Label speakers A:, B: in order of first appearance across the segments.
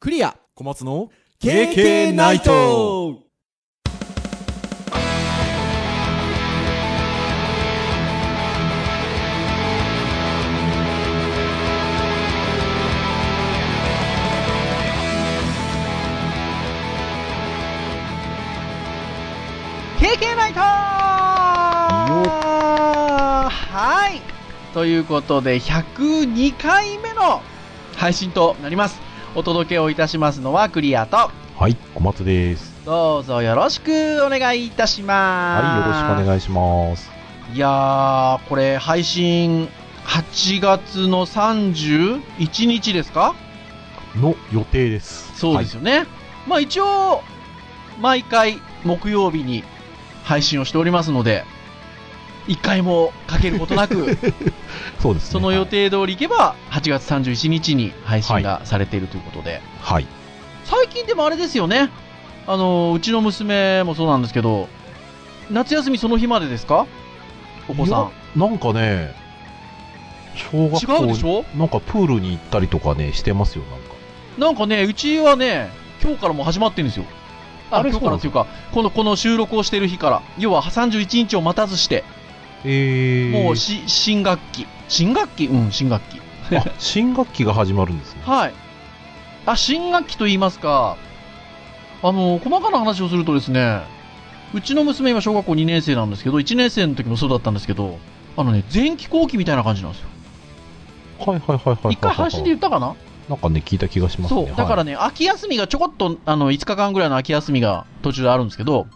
A: クリア
B: 小松の
A: KK ナイト
C: 経験ないとはいということで102回目の配信となりますお届けをいたしますのはクリアと
B: はい、小松です。
C: どうぞよろしくお願いいたします
B: はい、よろしくお願いします。
C: いやーこれ配信8月の31日ですか
B: の予定です。
C: そうですよね、まあ一応毎回木曜日に配信をしておりますので一回もかけること なく
B: はい。そうです、ね。
C: その予定通りいけば、8月31日に配信がされているということで、
B: はい。
C: 最近でもあれですよね、あのうちの娘もそうなんですけど、夏休みその日までですか、お子さ
B: ん。なんかね、小学
C: ん。違うでし
B: 校
C: ょ
B: なんかプールに行ったりとかね、してますよ、なんか。
C: なんかね、うちはね、今日からもう始まってるんですよ。あ
B: あれ
C: 今日からっていうか、このこの収録をしている日から、要は31日を待たずして、
B: えー、
C: もうし新学期、新学期うん、新学期。
B: あ新学期が始まるんですね。
C: はい。あ、新学期と言いますか、あの、細かな話をするとですね、うちの娘今小学校2年生なんですけど、1年生の時もそうだったんですけど、あのね、前期後期みたいな感じなんですよ。
B: はいはいはいはいはいはいはい。
C: 一回配信で言ったかな
B: なんかね、聞いた気がします
C: そ
B: ね。
C: う。だから
B: ね、
C: ね、秋休みがちょこっと、あの、5日間ぐらいの秋休みが途中であるんですけど、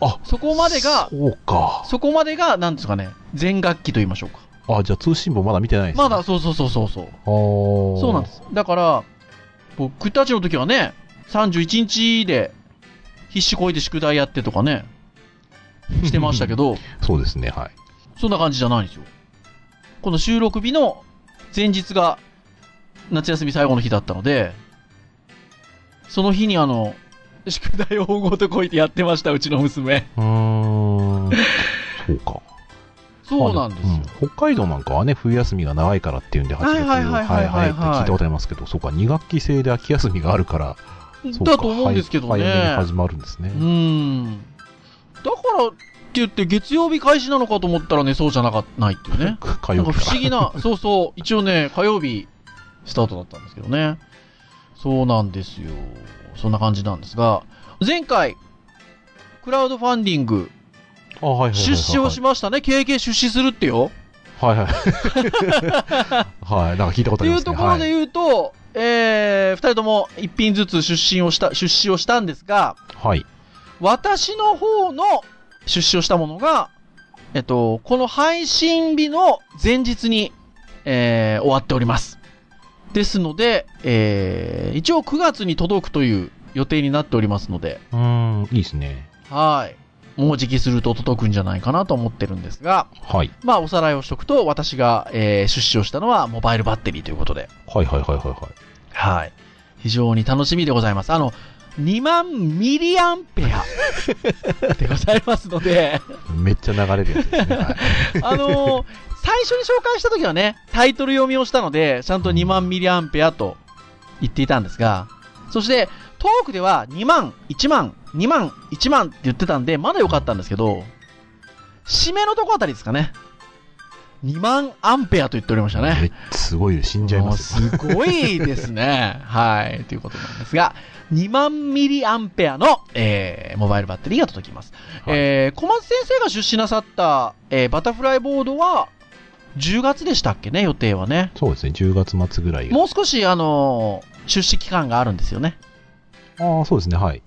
B: あ
C: そこまでが、
B: そうか。
C: そこまでが、なんですかね、全学期と言いましょうか。
B: あ、じゃあ通信簿まだ見てないです、ね。
C: まだ、。そうそうそうそうそう。そ
B: そう
C: なんで。す。だから、僕たちの時はね、31日で必死こいて宿題やってとかね、してましたけど、
B: そうですね、はい。
C: そんな感じじゃないんですよ。この収録日の前日が夏休み最後の日だったので、その日にあの、宿題を大ごとこいてやってました、うちの娘。
B: うーん。そうか。
C: そうなんですよ。
B: うん北海道なんかはね、冬休みが長いからっていうんで、8月、
C: はいはいはいはいはいはい
B: って聞いたことありますけど、そうか、2学期制で秋休みがあるから、そうか
C: だと思うんですけどね。
B: はい早めに始まるんですね。
C: う。ーん。だからって言って、月曜日開始なのかと思ったらね、そうじゃなかないっていうね
B: 火
C: な
B: 曜
C: んか
B: 日
C: 不
B: か
C: 思
B: ら。
C: 議な、 そうそう、一応ね、火曜日スタートだったんですけどね。そうなんですよ。そんな感じなんですが、前回、クラウドファンディング、
B: あはいはいはいはい
C: 出資をしましたね。KK 出資するってよ。
B: はいはい。はい、 なんか聞いたこ
C: っ
B: とあ
C: て
B: り
C: い
B: ます
C: う
B: ね。
C: ところで言うと、えー、二人とも一品ずつ出資をした、出資をしたんですが、
B: はい。
C: 私の方の出資をしたものが、えっと、この配信日の前日に、えー終わっております。ですので、えー一応9月に届くという予定になっておりますので、
B: はい、うーん、いいですね。
C: はい。もうじきすると届くんじゃないかなと思ってるんですが、
B: はい。
C: まあおさらいをしとくと、私が、えー出資をしたのはモバイルバッテリーということで、
B: はいはいはいはいはい。
C: はい。非常に楽しみでございます。あの、2万ミリアンペアでございますので、
B: めっちゃ流れるやつですね。はい
C: あのー最初に紹介した時はね、タイトル読みをしたので、ちゃんと2万ミリアンペアと言っていたんですが、そして、トークでは2万、1万、2万、1万って言ってたんで、まだ良かったんですけど、締めのとこあたりですかね。2万アンペアと言っておりましたね。
B: めっすごいよ、死んじゃいますよ。
C: もうすごいで すね。はい。ということなんですが、2万ミリアンペアの、えーモバイルバッテリーが届きます。
B: はい
C: えー小松先生が出資なさった、えーバタフライボードは、10月でしたっけね、予定はね。
B: そうですね、10月末ぐらいが。
C: もう少し、あのー出資期間があるんですよね。
B: ああ、そうですね、はい。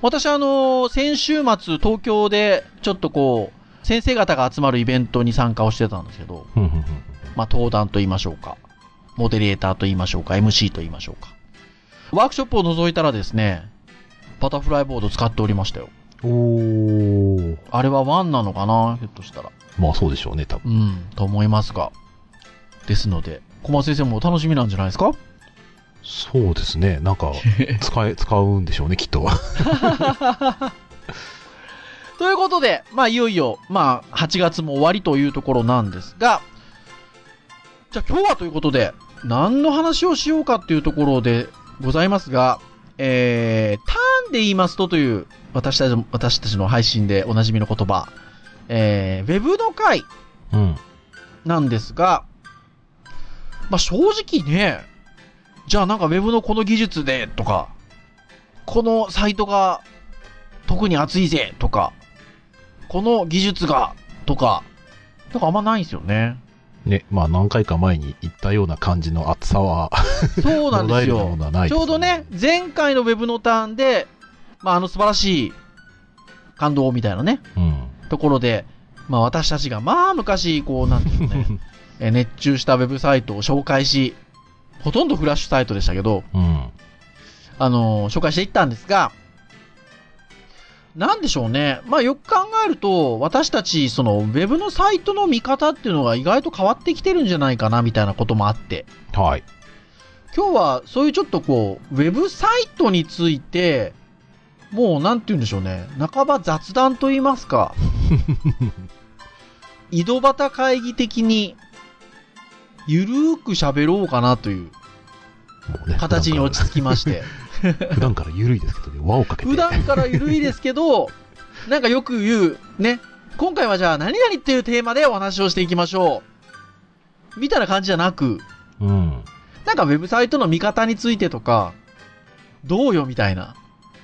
C: 私、あのー先週末、東京で、ちょっとこう、先生方が集まるイベントに参加をしてたんですけど、
B: ふんふんふん
C: まあ、登壇と言いましょうか、モデレーターと言いましょうか、MC と言いましょうか。ワークショップを除いたらですね、バタフライボード使っておりましたよ。
B: ふんおー。
C: あれはワンなのかなひょっとしたら。
B: まあそうでしょうね、多分。
C: うん、と思いますが。ですので、小松先生もお楽しみなんじゃないですか
B: そうですね、なんか、使え、使うんでしょうね、きっと。
C: ということで、まあ、いよいよ、まあ、8月も終わりというところなんですが、じゃあ今日はということで、何の話をしようかっていうところで、ございますが、えー、ターンで言いますとという私たちの私たちの配信でおなじみの言葉、えー、ウェブの回
B: うん。
C: なんですが、まあ、正直ね、じゃあなんかウェブのこの技術でとか、このサイトが特に熱いぜとか、この技術がとか、なんかあんまないんですよね。
B: ね、まあ何回か前に言ったような感じの厚さは、
C: そうなんです
B: もらえる
C: よ
B: ものはない
C: ち
B: です
C: ょうどね、前回のウェブのターンで、まあ、あの素晴らしい感動みたいなね、
B: うん。
C: ところで、まあ、私たちが、まあ、昔、こう、なんていうのね、えー熱中したウェブサイトを紹介し、ほとんどフラッシュサイトでしたけど、
B: うん。
C: あのー紹介していったんですが、なんでしょうね。まあ、よく考えると、私たち、その、ウェブのサイトの見方っていうのが意外と変わってきてるんじゃないかな、みたいなこともあって。
B: はい。
C: 今日はそういうちょっとこう、ウェブサイトについて、もうなんて言うんでしょうね、半ば雑談と言いますか、井戸端会議的に、ゆるーく喋ろうかなという
B: もうね
C: 形に落
B: 普段か
C: ち着きまして、
B: ら普段から緩いですけどね、輪をかけて。
C: 普段からゆるいですけど、なんかよく言う、ね、今回はじゃあ何々っていうテーマでお話をしていきましょう。みたいな感じじゃなく、
B: うん。
C: なんかウェブサイトの見方についてとか、どうよみたいな。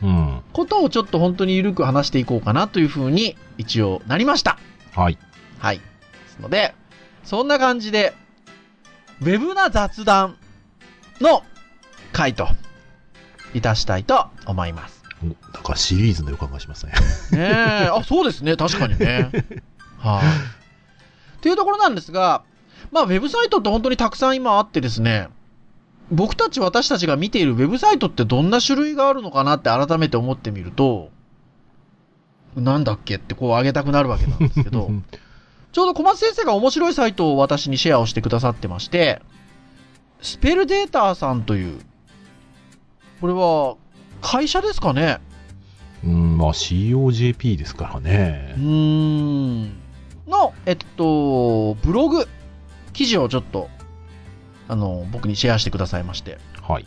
B: うん。
C: ことをちょっと本当に緩く話していこうかなというふうに一応なりました。
B: はい。
C: はい。ですので、そんな感じで、ウェブな雑談の回といたしたいと思います。
B: おなんかシリーズの予感がしますね。
C: ねえ、あ、そうですね。確かにね。はい、というところなんですが、まあ、ウェブサイトって本当にたくさん今あってですね、僕たち私たちが見ているウェブサイトってどんな種類があるのかなって改めて思ってみると、なんだっけってこう上げたくなるわけなんです けど、ちょうど小松先生が面白いサイトを私にシェアをしてくださってまして、スペルデーターさんという、これは会社ですかね
B: うん、まあ COJP ですから
C: う
B: ね。
C: ーんの、えっと、ブログ、記事をちょっと、あの、僕にシェアしてくださいまして、
B: はい。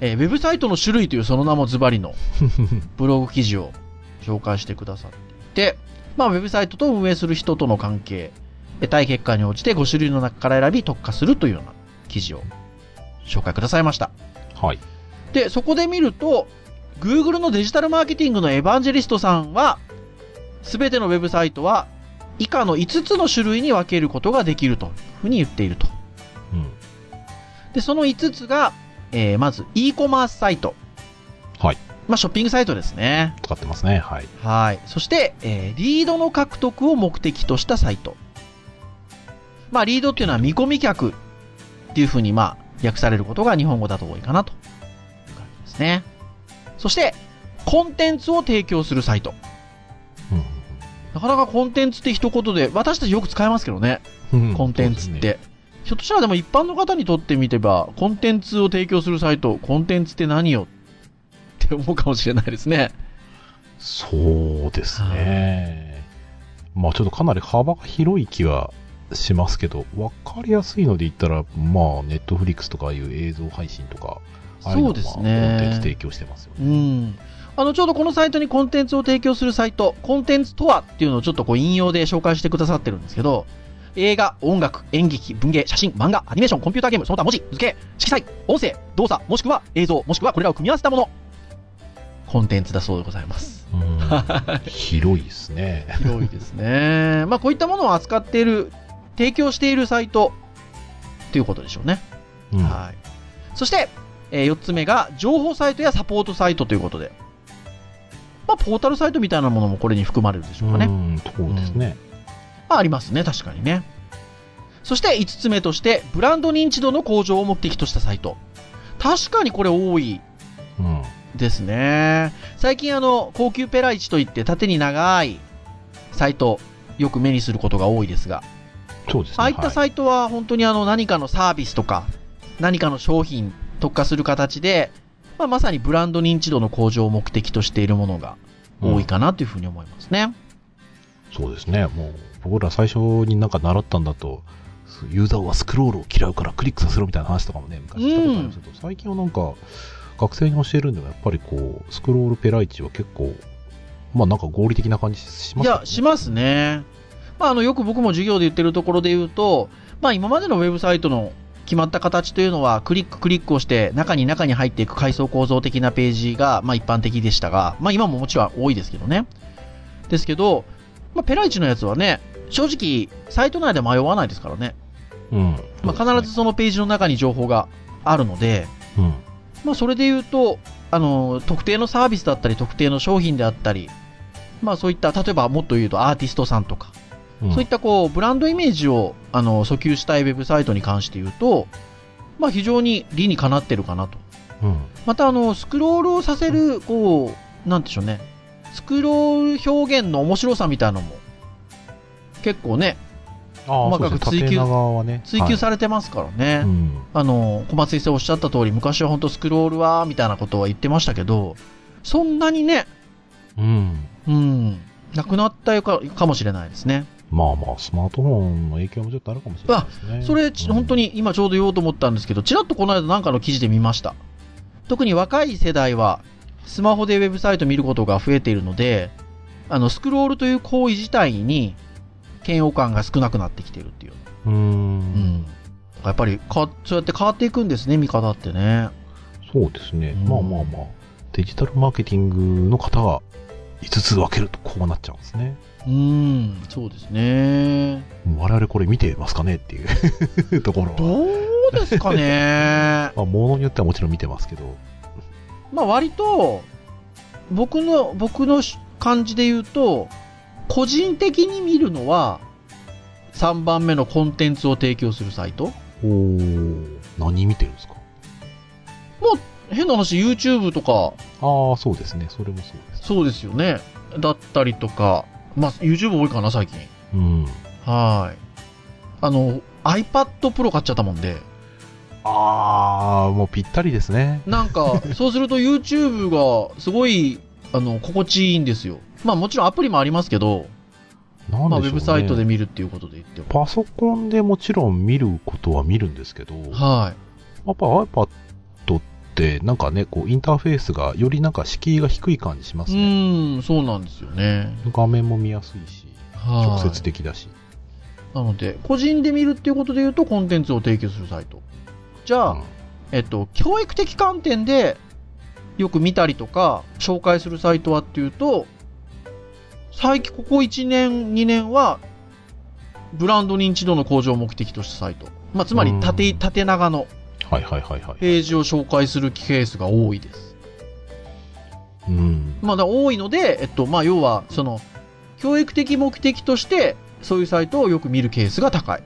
C: えーウェブサイトの種類というその名もズバリのブログ記事を紹介してくださっていて、まあ、ウェブサイトと運営する人との関係、えー対結果に応じて5種類の中から選び特化するというような記事を紹介くださいました。
B: はい。
C: で、そこで見ると、Google のデジタルマーケティングのエヴァンジェリストさんは、すべてのウェブサイトは以下の5つの種類に分けることができるというふうに言っていると。
B: うん。
C: で、その5つが、えーまず e コマースサイト。
B: はい。
C: まあ、ショッピングサイトですね。
B: 使ってますね。はい。
C: はい。そして、えーリードの獲得を目的としたサイト。まあ、リードっていうのは見込み客っていうふうに、まあ、訳されることが日本語だと多いかなという感じですね。そして、コンテンツを提供するサイト。なかなかコンテンツって一言で、私たちよく使いますけどね、
B: うん。うん
C: コンテンツっ。
B: そうで
C: て。ひょっとしたらでも一般の方にとってみてば、コンテンツを提供するサイト、コンテンツって何よって思うかもしれないですね。
B: すねそうですね。まあちょっとかなり幅が広い気はしますけど、わかりやすいので言ったら、まあネットフリックスとかいう映像配信とか、ああいの
C: そう
B: は
C: です
B: コンテンツ
C: ね。
B: 提供してますよ
C: う
B: ね。
C: ん。あの、ちょうどこのサイトにコンテンツを提供するサイト、コンテンツとはっていうのをちょっとこう引用で紹介してくださってるんですけど、映画、音楽、演劇、文芸、写真、漫画、アニメーション、コンピューターゲーム、その他文字、図形、色彩、音声、動作、もしくは映像、もしくはこれらを組み合わせたもの。コンテンツだそうでございます。
B: うん、 広いですね。
C: 広いですね。 まあ、こういったものを扱っている、提供しているサイトということでしょうね。
B: うん、
C: はい。そして、え4つ目が、情報サイトやサポートサイトということで。まあ、ポータルサイトみたいなものもこれに含まれるでしょうかね。
B: うん、そうですね。
C: まあ、ありますね、確かにね。そして、5つ目として、ブランド認知度の向上を目的としたサイト。確かにこれ多い
B: うん。
C: ですね。最近あの、高級ペライチといって縦に長いサイト、よく目にすることが多いですが、
B: そうですね。
C: ああいった
B: は
C: サイトは本当にあの何かのサービスとか、何かの商品特化する形で、まあ、まさにブランド認知度の向上を目的としているものが多いかなというふうに思いますね。
B: そうですね。もう、僕ら最初になんか習ったんだと、ユーザーはスクロールを嫌うからクリックさせろみたいな話とかもね、昔したことありますけど、最近はなんか、学生に教えるんでもやっぱりこうスクロールペライチは結構まあなんか合理的な感じしま
C: い
B: すよ
C: や、しますね。まあ、あの、よく僕も授業で言ってるところで言うと、まあ、今までのウェブサイトの決まった形というのは、クリッククリックをして、中に中に入っていく階層構造的なページが、まあ、一般的でしたが、まあ、今ももちろん多いですけどね。ですけど、まあ、ペライチのやつはね、正直、サイト内で迷わないですからね。
B: うん
C: まあ、必ずそのページの中に情報があるので、
B: ず、うん
C: まあ、それで言うと、あの特定のサービスだったり、特定の商品であったり、まあ、そういった、例えばもっと言うとアーティストさんとか、
B: うん
C: そういったこうブランドイメージをあの訴求したいウェブサイトに関して言うと、まあ、非常に理にかなってるかなと。
B: うん
C: またあのスクロールをさせるこうなんでしょうねスクロール表現の面白さみたいなのも結構ね
B: ああ
C: 細
B: そう
C: か
B: です
C: く
B: ね
C: 追
B: 縦
C: 求
B: 長はね
C: 追求
B: れ
C: されてますからね、
B: て、はいうん
C: あの小松先生おっしゃった通り昔は本当スクロールはみたいなことは言ってましたけどそんなにね
B: うん
C: うんなくなったよかかもしれないですね
B: まあまあスマートフォンの影響もちょっとあるかもしれないですね
C: それ、ち本当
B: に
C: に今ちょうど言おうと思ったんですけど、ちらっとこの間なんかの記事で見ました。特に若い世代は、スマホでウェブサイト見ることが増えているので、あの、スクロールという行為自体に、嫌悪感が少なくなってきているっていう。
B: うん
C: うん。やっぱりか、そうやって変わっていくんですね、見方ってね。
B: そうですね、
C: うん
B: まあまあまあデジタルマーケティングの方が5つ分けるとこうなっちゃうんですね
C: うん、そうですね。
B: 我々これ見てますかねっていう ところは
C: どうですかね。
B: まあ、ものによってはもちろん見てますけど、
C: まあ割と、僕の、僕のし感じで言うと、個人的に見るのは、3番目のコンテンツを提供するサイト
B: おー何見てるんですか
C: 変な話、YouTube とか、
B: ああ、そうですね。それもそうです。
C: そうですよね。だったりとか、まあ YouTube 多いかな、最近。
B: うん。
C: はい。あの、iPad Pro 買っちゃったもんで、
B: ああ、もうぴったりですね。
C: なんか、 そうすると YouTube がすごい、あの、心地いいんですよ。まあもちろんアプリもありますけど、
B: なん
C: まあウ
B: でしょう、ね。
C: ェブサイトで。見るっていうことで言っても。
B: パソコンでもちろん見ることは見るんですけど、やっ
C: はい。
B: ぱ iPad ってなんかね、こうインターフェースがよりなんか敷居が低い感じします
C: う
B: ね。
C: ーん、そうなんですよね。
B: 画面も見やすいし、直
C: はい
B: 接的だし。
C: なので、個人で見るっていうことで言うと、コンテンツを提供するサイト。じゃあ、
B: うん
C: えっと、教育的観点で、よく見たりとか、紹介するサイトはっていうと、最近、ここ1年、2年は、ブランド認知度の向上を目的としたサイト。まあ、つまり縦、
B: うん
C: 縦長の
B: はいはいはいはい。
C: ページを紹介するケースが多いです。
B: うん。
C: まあ、だから多いので、えっと、まあ、要は、その、教育的目的として、そういうサイトをよく見るケースが高い。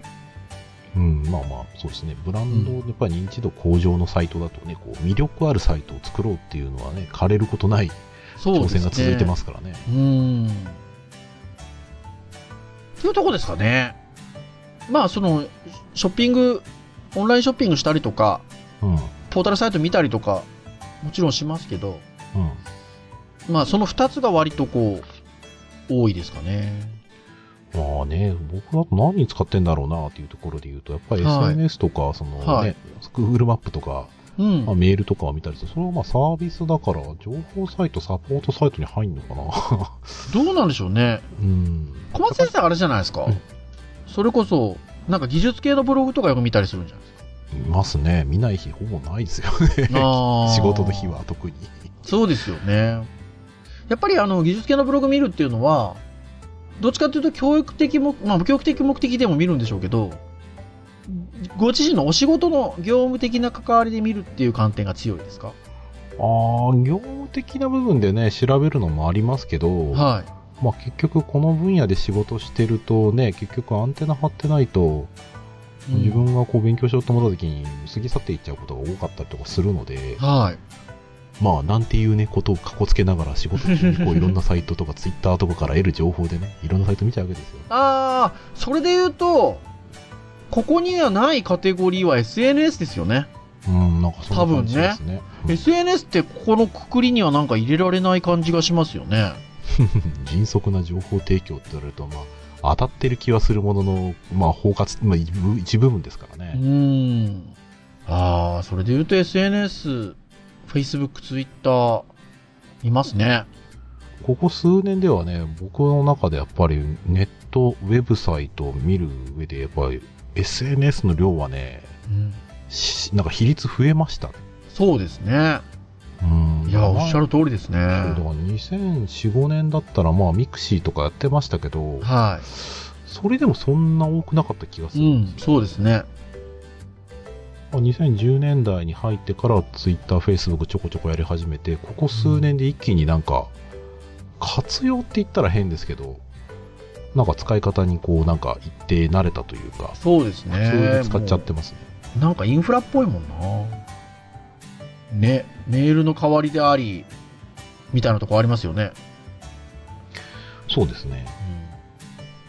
B: うん、まあまあ、そうですね。ブランド、
C: うん
B: やっぱり認知度向上のサイトだとね、こう、魅力あるサイトを作ろうっていうのはね、枯れることない
C: そう
B: 挑
C: ですね。。
B: 戦が続いてますすからね。
C: うーん。というとこですかね。まあ、その、ショッピング、オンラインショッピングしたりとか、
B: うん。うん。
C: ポータルサイト見たりとか、もちろんしますけど、まあ、その2つが割とこう、多いですかね。
B: まあね、僕だと何に使ってんだろうなっていうところで言うと、やっぱり
C: はい
B: SNS とか、そのね、
C: はい
B: Google マップとか、
C: うん。
B: まあ、メールとかを見たりするそれはまあサービスだから、情報サイト、サポートサイトに入んのかな。
C: どうなんでしょうね。
B: うん。
C: 小松先生あれじゃないですか、
B: うん
C: それこそなんか技術系のブログとかよく見たりするんじゃない
B: いますね。見ない日ほぼないですよ
C: ですか
B: ね。
C: あー
B: 仕事の日は特に。
C: そうですよねやっぱりあの技術系のブログ見るっていうのはどっちかというと教育的も、まあ、教育的目的でも見るんでしょうけどご自身のお仕事の業務的な関わりで見るっていう観点が強いですか
B: ああ、業務的な部分でね、調べるのもありますけど、
C: はい
B: まあ結局この分野で仕事してるとね、結局アンテナ張ってないと、
C: うん
B: 自分がこう勉強しようと思った時に過ぎ去っていっちゃうことが多かったりとかするので、
C: はい
B: まあなんていうね、ことをかっこつけながら仕事中にこういろんなサイトとかツイッターとかから得る情報でね、いろんなサイト見ちゃうわけですよ。
C: ああそれで言うとここにはないカテゴリーは SNS ですよね
B: うん、なんかそんな感じですね。
C: SNS ってここのくくりにはなんか入れられない感じがしますよね。
B: 迅速な情報提供って言われると、まあ当たってる気はするものの、まあ包括、まあ一部一部分ですから
C: う
B: ね。
C: ーん。ああ、それで言うと SNS、Facebook Facebook、Twitter、いますね。
B: ここ数年ではね、僕の中でやっぱりネット、ウェブサイトを見る上で、やっぱり SNS の量はね、
C: うん、
B: しなんか比率増えましたね。
C: そうですね。
B: うん
C: いや、おっしゃる通りですね。
B: そうだから2004、5年だったら、まあ、ミクシーとかやってましたけど、
C: は
B: それでもそんな多くなかった気がす
C: い。う
B: る。
C: ん、そうですね。
B: まあ2010年代に入ってから、ツイッター、フェイスブックちょこちょこやり始めて、ここ数年で一気になんか、活用って言ったら変ですけど、なんか使い方にこう、なんか一定慣れたというか、
C: そうですね。
B: 普通に使っちゃってますね。
C: もうなんかインフラっぽいもんな。ね、メールの代わりであり、みたいなとこありますよね。
B: そうですね。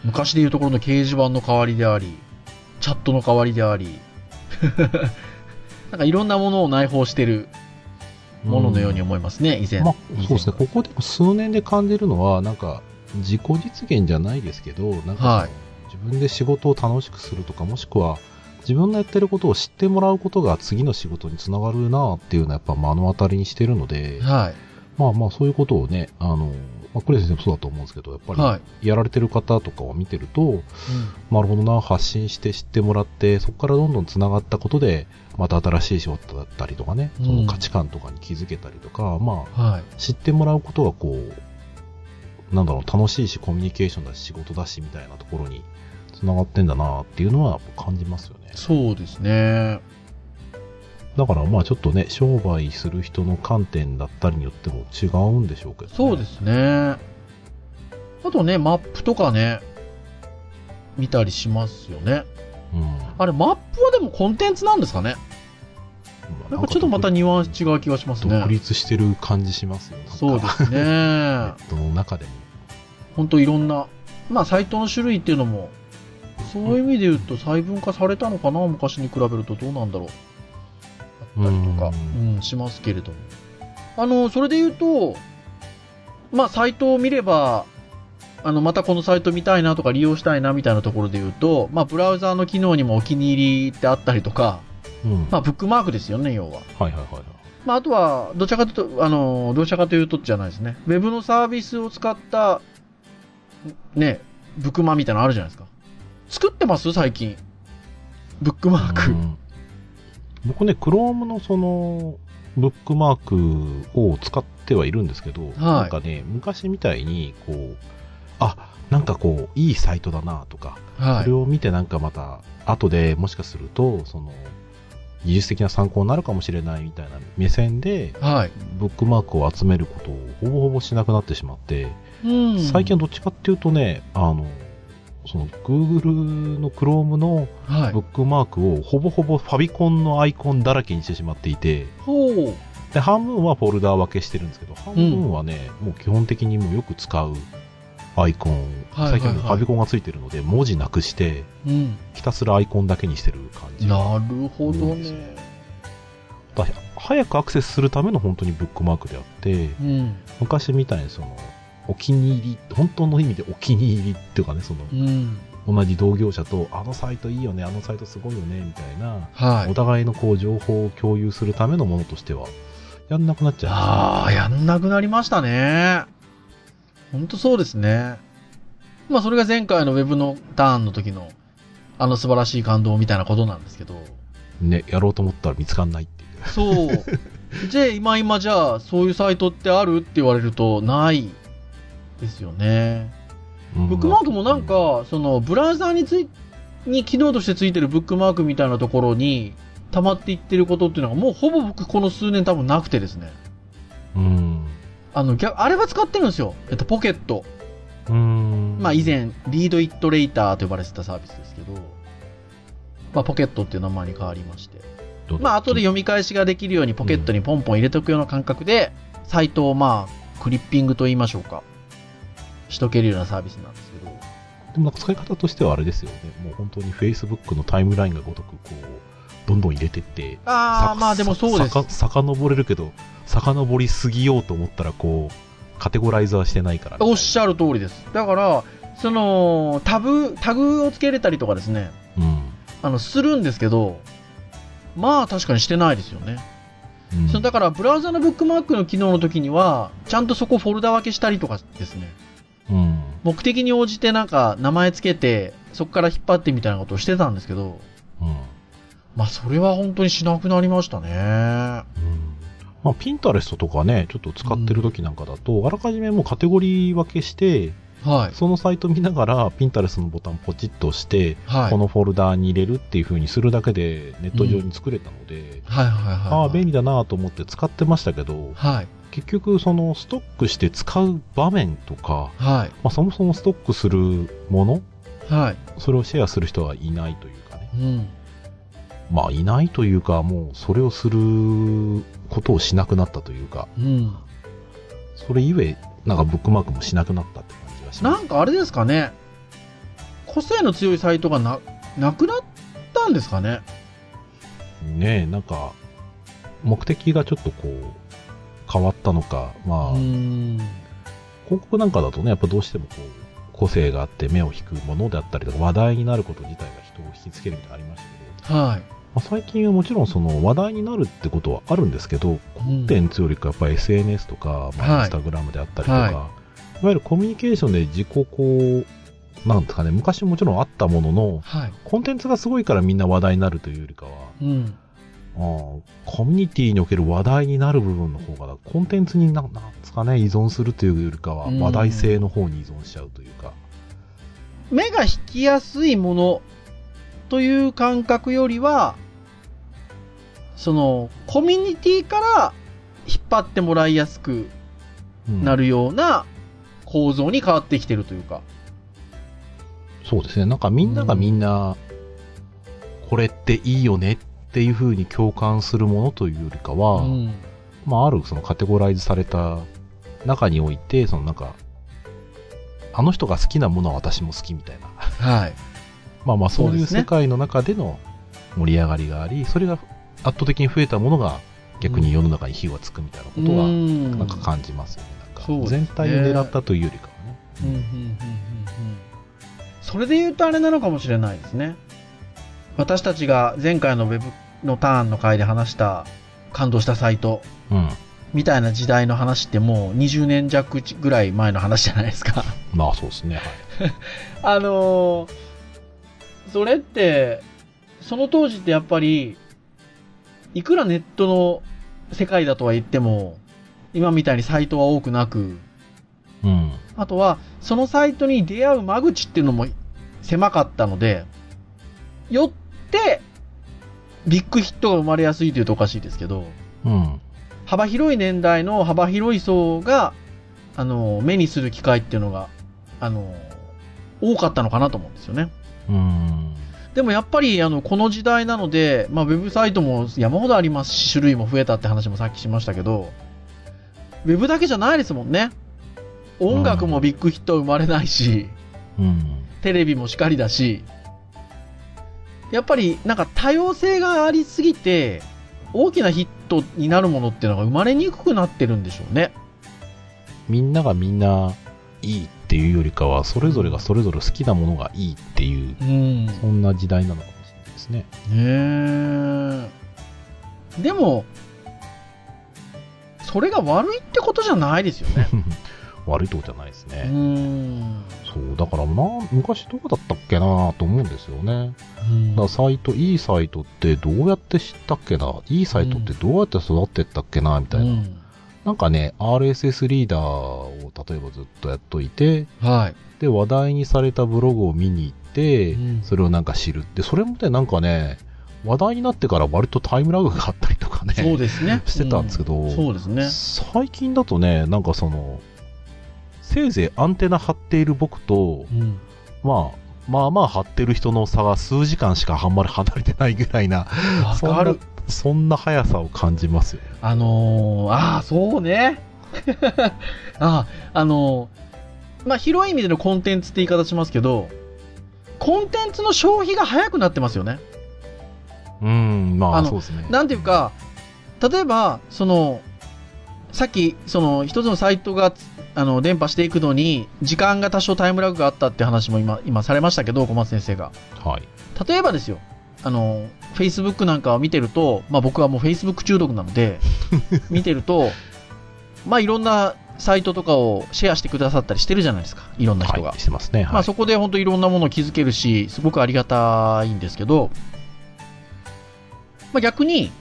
C: 昔でいうところの掲示板の代わりであり、チャットの代わりであり、 なんかいろんなものを内包してるもののように思いますね、以前。
B: まあ、そうですね、ここでも数年で感じるのは、なんか、自己実現じゃないですけど、なんか、
C: はい
B: 自分で仕事を楽しくするとか、もしくは、自分のやってることを知ってもらうことが次の仕事につながるなっていうのはやっぱ目の当たりにしてるので、
C: は
B: まあまあそういうことをね、あの、まあ、クレイ先生もそうだと思うんですけど、や
C: い。
B: っぱ
C: はい。
B: りやられてる方とかを見てると、
C: うん
B: なるほどな、発信して知ってもらって、そこからどんどんつながったことで、また新しい仕事だったりとかね、その価値観とかに気づけたりとか、まあ
C: はい。
B: 知ってもらうことがこう、なんだろう、楽しいし、コミュニケーションだし、仕事だし、みたいなところに繋がってんだなっていうのは感じますよね。
C: そうですね。
B: だからまあちょっとね、商売する人の観点だったりによっても違うんでしょうけど、ね。
C: そうですね。あとね、マップとかね、見たりしますよね。
B: うん。
C: あれ、マップはでもコンテンツなんですかねなんかちょっとまたニュアンス違う気がします
B: 独
C: ね。
B: 立してる感じしますよ。なんか
C: そうで。すね。
B: その中でも。
C: 本当いろんな、まあ、サイトの種類っていうのも、そういう意味で言うと細分化されたのかな、昔に比べるとどうなんだろう。あったりとか、
B: う
C: うん、しますけれども。あの、それで言うと、まあ、サイトを見れば、あの、またこのサイト見たいなとか利用したいなみたいなところで言うと、まあ、ブラウザーの機能にもお気に入りってあったりとか、
B: うん。
C: まあ、ブックマークですよね、要は。
B: はいはいはいはい。
C: まあ、あとは、どちらかというと、あの、どちらかというとじゃないですね。ウェブのサービスを使った、ね、ブックマみたいなのあるじゃないですか。作ってます最近。ブックマーク。
B: うん僕ね、Chrome のその、ブックマークを使ってはいるんですけど、なんかね、昔みたいに、こう、あ、なんかこう、いいサイトだなとか、
C: は
B: それ
C: い。
B: を見てなんかまた、後でもしかすると、その、技術的な参考になるかもしれないみたいな目線で、
C: はい。
B: ブックマークを集めることをほぼほぼしなくなってしまって、
C: うん
B: 最近はどっちかっていうとね、あの、その Google の Chrome の
C: はい
B: ブッ。クマークをほぼほぼファビコンのアイコンだらけにしてしまっていて、
C: ほう。
B: で半分はフォルダ分けしてるんですけど、半分はね、もう基本的にもうよく使うアイコン、
C: はいはいは
B: 最
C: い
B: 近はもうファビコンがついてるので、文字なくして、
C: うん。
B: ひたすらアイコンだけにしてる感じ。
C: なるほ
B: う
C: ど
B: んです
C: ね。
B: だ早くアクセスするための本当にブックマークであって、
C: うん。
B: 昔みたいにその、お気に入り、本当の意味でお気に入りっていうかね、その、
C: うん。
B: 同じ同業者と、あのサイトいいよね、あのサイトすごいよね、みたいな、
C: は
B: お
C: い。
B: 互いのこう情報を共有するためのものとしては、やんなくなっちゃ
C: ああ、やんなくなりましたね。ほんとそうですね。まあ、それが前回のウェブのターンの時の、あの素晴らしい感動みたいなことなんですけど。
B: う。ね、やろうと思ったら見つかんないっていう。
C: そう。 じゃあ、今今じゃあ、そういうサイトってあるって言われると、ないですよね。
B: うん
C: ブックマークもなん、か、その、ブラウザーについ、に機能としてついてるブックマークみたいなところに、溜まっていってることっていうのが、もうほぼ僕この数年多分なくてですね。
B: うん。
C: あの、逆、あれは使ってるんですよ。えっと、ポケット。
B: うん。
C: まあ以。前、リードイットレイターと呼ばれてたサービスですけど、まあポケットっていう名前に変わりまして。まあ後で
B: よ。
C: 読み返しができるようにポケットにポンポン入れとくような感覚で、サイトをまあ、クリッピングと言いましょうか。しとけるようなサービスなんですけど。
B: でもなんか使い方としてはあれですよね。もう本当に Facebook のタイムラインがごとく、こう、どんどん入れてって、
C: あ
B: さ
C: あ、まあでもそうです
B: さ。さか遡れるけど、遡りすぎようと思ったら、こう、カテゴライザーしてないから。
C: おっしゃる通りです。だから、その、タブ、タグをつけれたりとかですね、
B: うん。
C: あの、するんですけど、まあ確かにしてないですよね。
B: うん
C: そのだから、ブラウザのブックマークの機能の時には、ちゃんとそこフォルダ分けしたりとかですね。
B: うん
C: 目的に応じてなんか名前つけて、そこから引っ張ってみたいなことをしてたんですけど、
B: うん
C: まあそれは本当にしなくなりましたね。
B: うんまあ、ピンタレストとかね、ちょっと使ってる時なんかだと、あらかじめもうカテゴリー分けして、
C: はい。
B: そのサイト見ながら、ピンタレストのボタンポチッと押して、
C: はい。
B: このフォルダーに入れるっていう風にするだけで、ネット上に作れたので、
C: はいはいはいはい。
B: ああ、便利だなと思って使ってましたけど、
C: はい。
B: 結局、そのストックして使う場面とか、
C: はい。
B: まあ、そもそもストックするもの、
C: はい。
B: それをシェアする人はいないというかね。
C: うん。
B: まあ、いないというか、もうそれをすることをしなくなったというか、
C: うん。
B: それゆえ、なんかブックマークもしなくなったって感じがしま
C: な
B: す。
C: んかあれですかね。個性の強いサイトがな、なくなったんですかね。
B: ねえ、なんか、目的がちょっとこう、変わったのか、
C: う
B: まあ、
C: ん。
B: 広告なんかだとね、やっぱどうしてもこう、個性があって目を引くものであったりとか、話題になること自体が人を引きつけるみたいなのありましたけど、
C: はい。
B: まあ、最近はもちろんその話題になるってことはあるんですけど、コンテンツよりかやっぱ SNS とか、ま
C: は
B: あ、
C: い
B: インスタグラムであったりとか、
C: はい
B: い、わゆるコミュニケーションで自己こう、なんですかね、昔もちろんあったものの、
C: はい。
B: コンテンツがすごいからみんな話題になるというよりかは、
C: うん。
B: あーコミュニティにおける話題になる部分の方が、コンテンツにななんですかね、依存するというよりかは、
C: うん
B: 話題性の方に依存しちゃうというか、
C: 目が引きやすいものという感覚よりは、その、コミュニティから引っ張ってもらいやすく
B: うん
C: なるような構造に変わってきてるというか。
B: そうですね、なんかみんながみんな、これっていいよねっていうふうに共感するものというよりかは、
C: うん
B: まあ、あるそのカテゴライズされた中において、そのなんか、あの人が好きなものは私も好きみたいな、
C: はい。
B: まあまあそう
C: そう
B: い
C: で
B: う
C: すね
B: 世界の中での盛り上がりがあり、それが圧倒的に増えたものが逆に世の中に火がつくみたいなことは、
C: ん
B: なんか感じますよね。なん
C: そうで
B: か
C: すね
B: 全体を狙ったというよりかはね。
C: うんうんうんうんうんそれで言うとあれなのかもしれないですね。私たちが前回のウェブのターンの回で話した感動したサイト
B: うん。
C: みたいな時代の話ってもう20年弱ぐらい前の話じゃないですか。
B: まあそうですね。はい。
C: あのーそれって、その当時ってやっぱり、いくらネットの世界だとは言っても、今みたいにサイトは多くなく、
B: うん。
C: あとは、そのサイトに出会う間口っていうのも狭かったので、よって、ビッグヒットが生まれやすいというとおかしいですけど、
B: うん。
C: 幅広い年代の幅広い層が、あの、目にする機会っていうのが、あの、多かったのかなと思うんですよね。
B: うん。
C: でもやっぱり、あの、この時代なので、まあ、ウェブサイトも山ほどありますし、種類も増えたって話もさっきしましたけど、ウェブだけじゃないですもんね。音楽もビッグヒット生まれないし、
B: うん。
C: テレビもしかりだし、やっぱりなんか多様性がありすぎて、大きなヒットになるものっていうのが生まれにくくなってるんでしょうね。
B: みんながみんないいっていうよりかは、それぞれがそれぞれ好きなものがいいっていう、
C: うん。ね
B: そんな時代なのかもしれないですね。
C: え。でも、それが悪いってことじゃないですよね。
B: 悪いとこじゃないです
C: う
B: ね。
C: ん。
B: そう、だからまあ、昔どうだったっけなと思うんですよね。だからサイト、いいサイトってどうやって知ったっけないいサイトってどうやって育ってったっけなみたいな。
C: うん
B: なんかね、RSS リーダーを例えばずっとやっといて、
C: はい。
B: で、話題にされたブログを見に行って、
C: うん
B: それをなんか知るって、それもね、なんかね、話題になってから割とタイムラグがあったりとかね、。
C: そうですね
B: してたんですけど、
C: うんそうですね。
B: 最近だとね、なんかその、せいぜいアンテナ張っている僕と、
C: うん
B: まあ、まあまあ張ってる人の差が数時間しかあんまり離れてないぐらいな、
C: わ
B: そん
C: か
B: な
C: る。、
B: そんな速さを感じますよね。
C: あのー、ああ、そうね。 ああ、あのー、まあ、広い意味でのコンテンツって言い方しますけど、コンテンツの消費が早くなってますよね。
B: うん、まあ
C: あの
B: そうですね。
C: なんていう、か、例えば、その、さっき、その、一つのサイトが、あの、伝播していくのに、時間が多少タイムラグがあったって話も今、今されましたけど、小松先生が。
B: はい。
C: 例えばですよ、あの、Facebook なんかを見てると、まあ僕はもう Facebook 中毒な ので、見てると、まあいろんなサイトとかをシェアしてくださったりしてるじゃないですか、いろんな人が。
B: はい、してますね。はい。
C: まあそこで本当いろんなものを気づけるし、すごくありがたいんですけど、まあ逆に、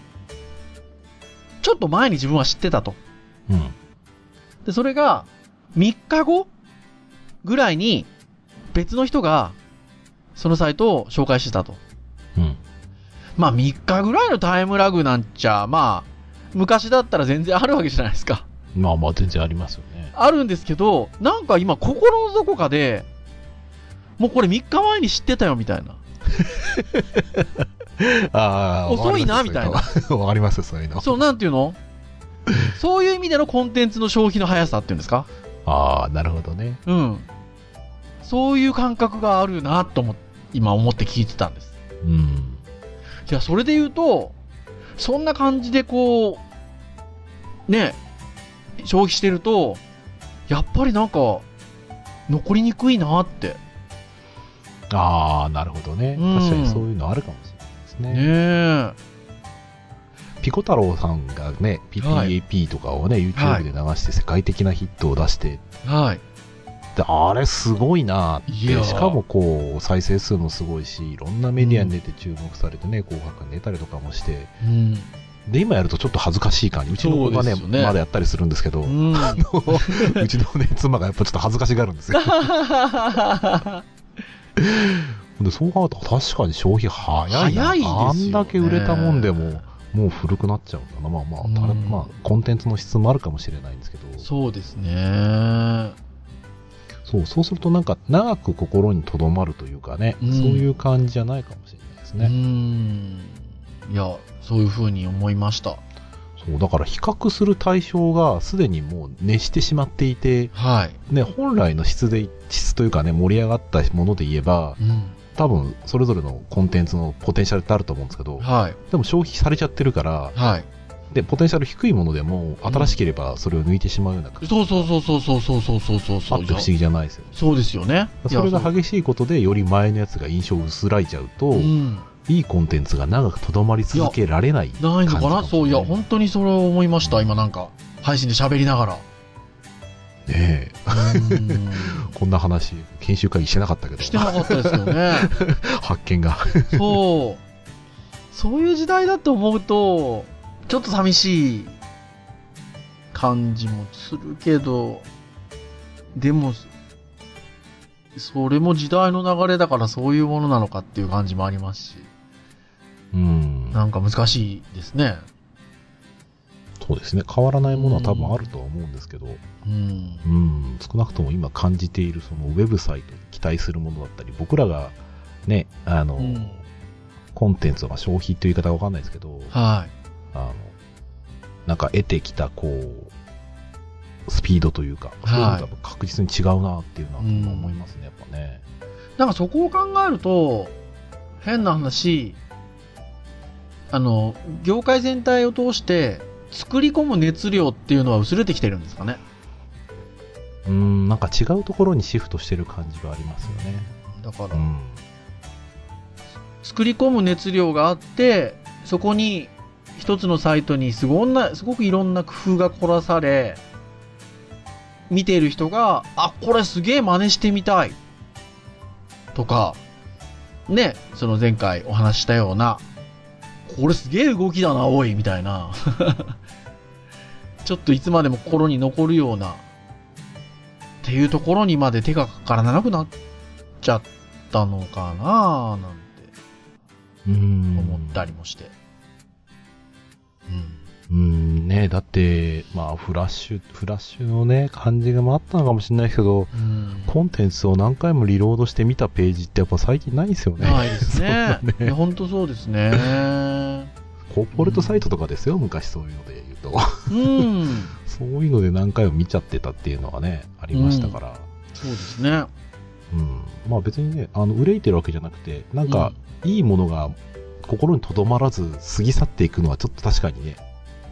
C: ちょっと前に自分は知ってたと。
B: うん。
C: で、それが、3日後ぐらいに、別の人が、そのサイトを紹介してたと。
B: うん。
C: まあ、3日ぐらいのタイムラグなんちゃ、まあ、昔だったら全然あるわけじゃないですか。
B: まあまあ、全然ありますよね。
C: あるんですけど、なんか今、心のどこかで、もうこれ3日前に知ってたよ、みたいな。
B: ああ、
C: 遅いな
B: わかりますそううのわかりますよ、そういうの。
C: そう、なんていうのそういう意味でのコンテンツの消費の速さっていうんですか
B: ああ、なるほどね。
C: うん。そういう感覚があるな、と思っ今思って聞いてたんです。
B: うん。
C: いや、それで言うと、そんな感じでこう、ね、消費してると、やっぱりなんか、残りにくいなって。
B: ああ、なるほどね。
C: うん
B: 確かにそういうのあるかもしれないですね。
C: ねえ。
B: ピコ太郎さんがね、
C: はい
B: PPAP とかをね、
C: はい
B: YouTube で流して世界的なヒットを出して、
C: はい。
B: であれすごいなって
C: いやー
B: しかもこう、再生数もすごいし、いろんなメディアに出て注目されてね、紅白に出たりとかもして、
C: うん。
B: で、今やるとちょっと恥ずかしい感じ。うちの子がね、
C: そうですよね
B: まだやったりするんですけど、 うちのね、妻がやっぱちょっと恥ずかしがるんですよ。で、そう考えたら確かに消費早いな。
C: 早いですよね
B: あんだけ売れたもんでも、もう古くなっちゃうんだな。まあまあ、
C: うん
B: ただまあ、コンテンツの質もあるかもしれないんですけど、
C: そうですね。
B: そう、そうするとなんか、長く心に留まるというかね、
C: うん
B: そういう感じじゃないかもしれないです
C: う
B: ね。
C: ん。いや、そういうふうに思いました。
B: そう、だから比較する対象がすでにもう熱してしまっていて、
C: は
B: ね、本来の質で、質というかね、盛り上がったもので言えば、
C: い。うん。
B: 多分、それぞれのコンテンツのポテンシャルってあると思うんですけど、
C: はい。
B: でも消費されちゃってるから、
C: はい。
B: で、ポテンシャル低いものでも、新しければそれを抜いてしまうような、あ
C: そうそうそうそうそうそうそうそうそう
B: って不思議じゃないですよね。
C: そうですよね。
B: それが
C: いや
B: 激しいことで、より前のやつが印象薄らいちゃうと、
C: そううん。
B: いいコンテンツが長くとどまり続けられない。
C: ないのかな
B: 感じかもね
C: そういや本当にそれを思いました今なんか配信で喋りながら
B: ねえ、
C: うーん
B: こんな話、研修会議してなかったけど、
C: してなかったですよね
B: 発見が。
C: そうそういう時代だと思うとちょっと寂しい感じもするけどでもそれも時代の流れだからそういうものなのかっていう感じもありますし
B: うん。
C: なんか難しいですね
B: そうですね。変わらないものは多分あるとは思うんですけど、
C: うん
B: うん、少なくとも今感じているそのウェブサイトに期待するものだったり、僕らがね、あの、
C: うん
B: コンテンツは消費という言い方はわかんないですけど、
C: は
B: あの、なんか得てきた、こう、スピードというか、そういうの
C: はい
B: 多分確実に違うなっていうのは
C: うん
B: 思いますね、やっぱね。
C: いなんかそこを考えると変な話あの業界全体を通して作り込む熱量っていうのは薄れてきてるんですかね
B: うん、なんか違うところにシフトしてる感じがありますよね。
C: だから、
B: うん。
C: 作り込む熱量があってそこに一つのサイトにすごんなすごくいろんな工夫が凝らされ見ている人があこれすげえ真似してみたいとかねその前回お話ししたようなこれすげえ動きだなおいみたいな ちょっといつまでも心に残るようなっていうところにまで手がかからなくなっちゃったのかなあなんて
B: うん
C: 思ったりもして。うん。
B: うんねだって、まあ、フラッシュ、フラッシュのね、感じがあったのかもしれないですけど、コンテンツを何回もリロードして見たページってやっぱ最近ないですよね。
C: ないですね
B: そんな。
C: いや、本当そうで すね。
B: コーポレートサイトとかですよ、昔そういうので言うと。
C: うん。
B: そういうので何回も見ちゃってたっていうのがね、ありましたから。
C: そうですね。
B: うん。まあ別にね、あの、憂いてるわけじゃなくて、なんか、いいものが心にとどまらず過ぎ去っていくのはちょっと確かにね、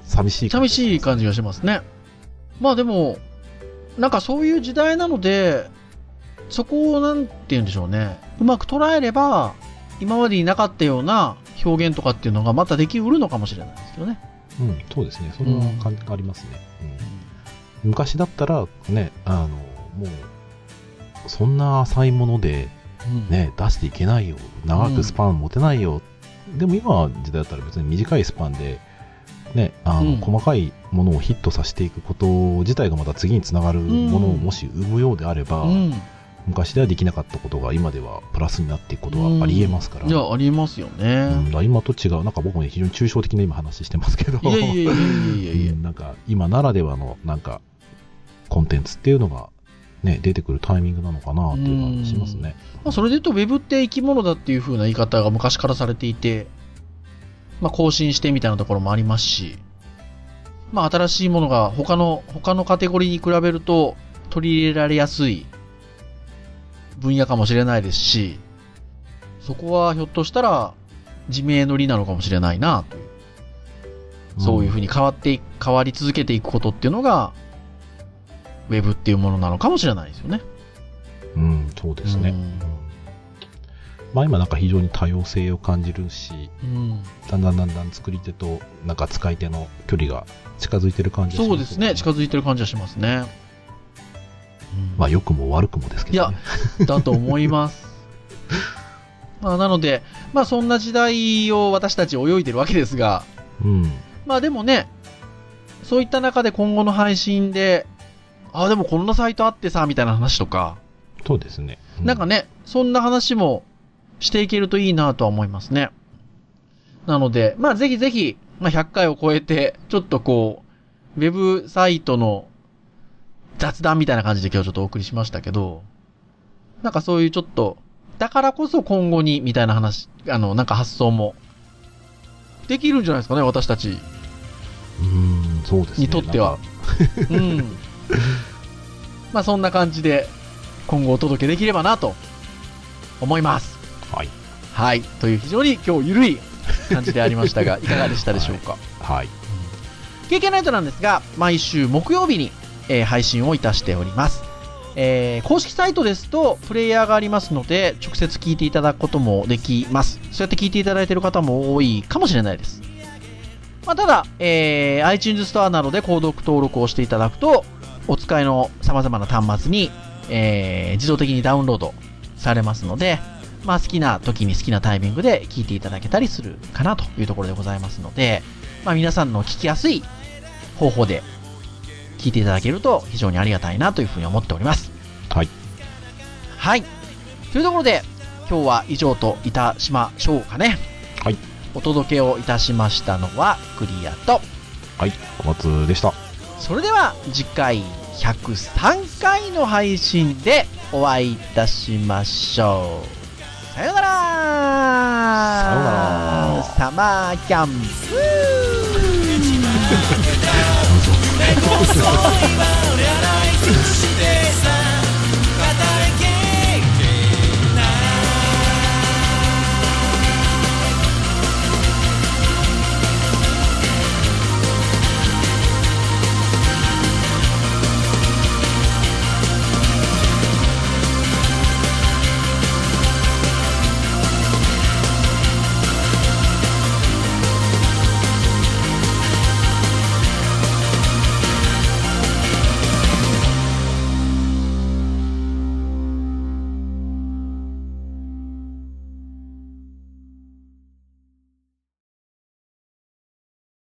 B: 寂し
C: う
B: い
C: ん、寂しい感
B: じ。
C: じがしますね。まあでも、なんかそういう時代なので、そこをなんて言うんでしょうね。うまく捉えれば、今までになかったような表現とかっていうのがまたできうるのかもしれないですけどね。
B: うん、そうですね。それは感じがありますね。うん、昔だったら、ね、あの、もう、そんな浅いもので、
C: うん
B: ね、出していけないよ。長くスパン持てないよ。でも今の時代だったら別に短いスパンで、ね、あの、
C: うん
B: 細かいものをヒットさせていくこと自体がまた次につながるものを
C: うん
B: もし生むようであれば、
C: うん、
B: 昔ではできなかったことが今ではプラスになっていくことはありえますから。
C: いやありますよね。
B: うんだから今と違う、なんか僕もね非常に抽象的な今話してますけど、
C: いやいやいやいやいやいや
B: う。んなんか今ならではのなんかコンテンツっていうのが、ね、出てくるタイミングなのかなっていう感じしますね。
C: まあ、それで言うと、ウェブって生き物だっていう風な言い方が昔からされていて、まあ、更新してみたいなところもありますし、まあ、新しいものが他の、他のカテゴリーに比べると取り入れられやすい分野かもしれないですし、そこはひょっとしたら自明の理なのかもしれないなという、そういう風に変わってい、変わり続けていくことっていうのが、ウェブっていうものなのかもしれないですよね。
B: うん、そうですね。
C: うん
B: うんまあ今なんか非常に多様性を感じるし、
C: うん。
B: だんだんだんだん作り手となんか使い手の距離が近づいてる感じがし
C: そ
B: ま
C: うですね、近づいてる感じはしますね。
B: まあ良くも悪くもですけど、ね。
C: だと思います。 まあ、なので、まあ、そんな時代を私たち泳いでるわけですが、
B: うん。
C: まあでもね、そういった中で今後の配信で、ああ、でもこんなサイトあってさ、みたいな話とか、
B: そうですね。う
C: なんかね、そんな話もしていけるといいなとは思いますね。なので、まあぜひぜひ、まあ100回を超えて、ちょっとこう、ウェブサイトの雑談みたいな感じで今日ちょっとお送りしましたけど、なんかそういうちょっと、だからこそ今後にみたいな話、あの、なんか発想も、できるんじゃないですかね、私たち
B: うん、そうですね。
C: にとっては。うん。まあそんな感じで、今後お届けできればなと、思います。
B: なんか。はい。
C: はい、という非常に今日緩い感じでありましたが、いかがでしたでしょうか。
B: はい。
C: KK ナイトなんですが、毎週木曜日に、えー配信をいたしております。えー公式サイトですと、プレイヤーがありますので、直接聞いていただくこともできます。そうやって聞いていただいている方も多いかもしれないです。まあ、ただ、えー iTunes ストアなどで購読登録をしていただくと、お使いの様々な端末に、えー自動的にダウンロードされますので、まあ、好きな時に好きなタイミングで聞いていただけたりするかなというところでございますので、まあ、皆さんの聞きやすい方法で聞いていただけると非常にありがたいなというふうに思っております。
B: はい。
C: はい。というところで、今日は以上といたしましょうかね。
B: はい。
C: お届けをいたしましたのはクリアと、
B: はい。小松でした。
C: それでは次回103回の配信でお会いいたしましょう。さようなら
B: さようなら
C: サマーキャンプ
D: 「想いは